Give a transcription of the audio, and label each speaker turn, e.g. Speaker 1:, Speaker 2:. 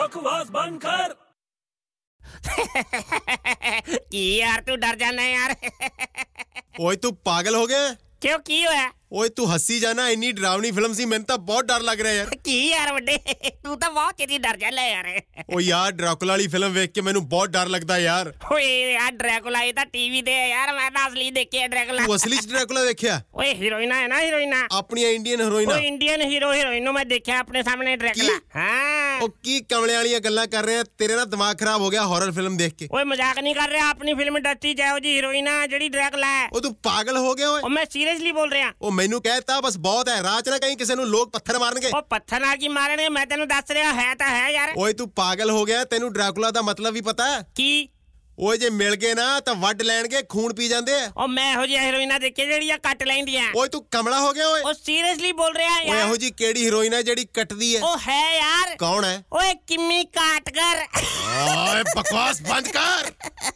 Speaker 1: बकवास बंद कर
Speaker 2: ਕੀ ਯਾਰ ਤੂੰ ਡਰ ਜਾਣਾ ਯਾਰ
Speaker 3: ਓਏ ਤੂੰ ਪਾਗਲ ਹੋ ਗਿਆ ਹੈ?
Speaker 2: ਕਿਉਂ ਕੀ ਹੋਇਆ
Speaker 3: ਓਏ ਤੂੰ ਹੱਸੀ ਜਾਣਾ ਇੰਨੀ ਡਰਾਵਣੀ ਫਿਲਮ ਸੀ ਮੈਨੂੰ ਤਾਂ ਬਹੁਤ ਡਰ ਲੱਗ ਰਿਹਾ ਯਾਰ
Speaker 2: ਕੀ ਯਾਰ ਵੱਡੇ ਤੂੰ ਤਾਂ ਬਹੁਤ ਚੇਤੀ ਡਰ ਜਾਣਾ ਯਾਰ
Speaker 3: ਓ ਯਾਰ ਡਰਾਕੁਲਾ ਵਾਲੀ ਫਿਲਮ ਵੇਖ ਕੇ ਮੈਨੂੰ ਬਹੁਤ ਡਰ ਲੱਗਦਾ ਯਾਰ
Speaker 2: ਓਏ ਯਾਰ ਡਰੈਕੁਲਾ ਇਹ ਤਾਂ ਟੀਵੀ ਤੇ ਹੈ ਯਾਰ ਮੈਂ ਤਾਂ ਅਸਲੀ ਦੇਖਿਆ ਡਰੈਕੁਲਾ
Speaker 3: ਤੂੰ ਅਸਲੀ ਚ ਡਰਾਕੁਲਾ ਵੇਖਿਆ
Speaker 2: ਓਏ ਹੀਰੋਇਨਾ ਹੈ ਨਾ ਹੀਰੋਇਨਾ
Speaker 3: ਆਪਣੀਆਂ ਇੰਡੀਅਨ
Speaker 2: ਉਹ
Speaker 3: ਹੀਰੋਇਨਾਂ
Speaker 2: ਇੰਡੀਅਨ ਹੀਰੋ ਹੀਰੋਇਨ ਨੂੰ ਮੈਂ ਦੇਖਿਆ ਆਪਣੇ ਸਾਹਮਣੇ ਡਰੈਕੁਲਾ
Speaker 3: ਕੀ?
Speaker 2: ਹਾਂ
Speaker 3: ਓ ਕੀ ਕਮਲੇ ਵਾਲੀਆਂ ਗੱਲਾਂ ਕਰ ਰਿਹਾ ਤੇਰੇ ਨਾਲ ਦਿਮਾਗ ਖਰਾਬ ਹੋ ਗਿਆ ਹਾਰਰ ਫਿਲਮ ਦੇਖ ਕੇ
Speaker 2: ਓਏ ਮਜ਼ਾਕ ਨਹੀਂ ਕਰ ਰਿਹਾ ਆਪਣੀ ਫਿਲਮ ਡੱਟੀ ਜਾਓ ਜੀ ਹੀਰੋਇਨਾ ਜਿਹੜੀ ਡਰੈਕੁਲਾ ਹੈ
Speaker 3: ਓ ਤੂੰ ਪਾਗਲ ਹੋ ਗਿਆ ਓਏ
Speaker 2: ਉਹ ਮੈਂ ਸੀਰੀਅਸਲੀ ਬੋਲ ਰਿਹਾ
Speaker 3: ਓ ਮੈਨੂੰ ਕਹਿਤਾ ਬਸ ਬਹੁਤ ਹੈ ਰਾਹ ਚ ਨਾ ਕਹੀਂ ਕਿਸੇ ਨੂੰ ਲੋਕ ਪੱਥਰ ਮਾਰਨਗੇ
Speaker 2: ਉਹ ਪੱਥਰ ਨਾਲ ਕੀ ਮਾਰਨਗੇ ਮੈਂ ਤੈਨੂੰ ਦੱਸ ਰਿਹਾ ਹੈ ਤਾਂ ਹੈ ਯਾਰ
Speaker 3: ਓਏ ਤੂੰ ਪਾਗਲ ਹੋ ਗਿਆ ਤੈਨੂੰ ਡਰਾਕੁਲਾ ਦਾ ਮਤਲਬ ਵੀ ਪਤਾ ਹੈ
Speaker 2: ਕੀ
Speaker 3: ਓਏ ਜੇ ਮਿਲ ਗਏ ਨਾ ਤਾਂ ਵੱਢ ਲੈਣਗੇ ਖੂਨ ਪੀ ਜਾਂਦੇ ਆ
Speaker 2: ਉਹ ਮੈਂ ਇਹੋ ਜਿਹੀਆਂ ਹੀਰੋਇਨਾਂ ਦੇਖੀਆਂ ਜਿਹੜੀਆਂ ਕੱਟ ਲੈਂਦੀਆਂ
Speaker 3: ਓਏ ਤੂੰ ਕਮਲਾ ਹੋ ਗਿਆ ਓਏ
Speaker 2: ਉਹ ਸੀਰੀਅਸਲੀ ਬੋਲ ਰਿਹਾ
Speaker 3: ਓਏ ਇਹੋ
Speaker 2: ਯਾਰ
Speaker 3: ਜੀ ਕਿਹੜੀ ਹੀਰੋਇਨ ਹੈ ਜਿਹੜੀ ਕੱਟਦੀ ਹੈ
Speaker 2: ਉਹ ਹੈ ਯਾਰ
Speaker 3: ਕੌਣ ਹੈ
Speaker 2: ਓਏ ਕਿੰਮੀ ਕਾਟਕਰ
Speaker 3: ਓਏ ਬਕਵਾਸ ਬੰਦ ਕਰ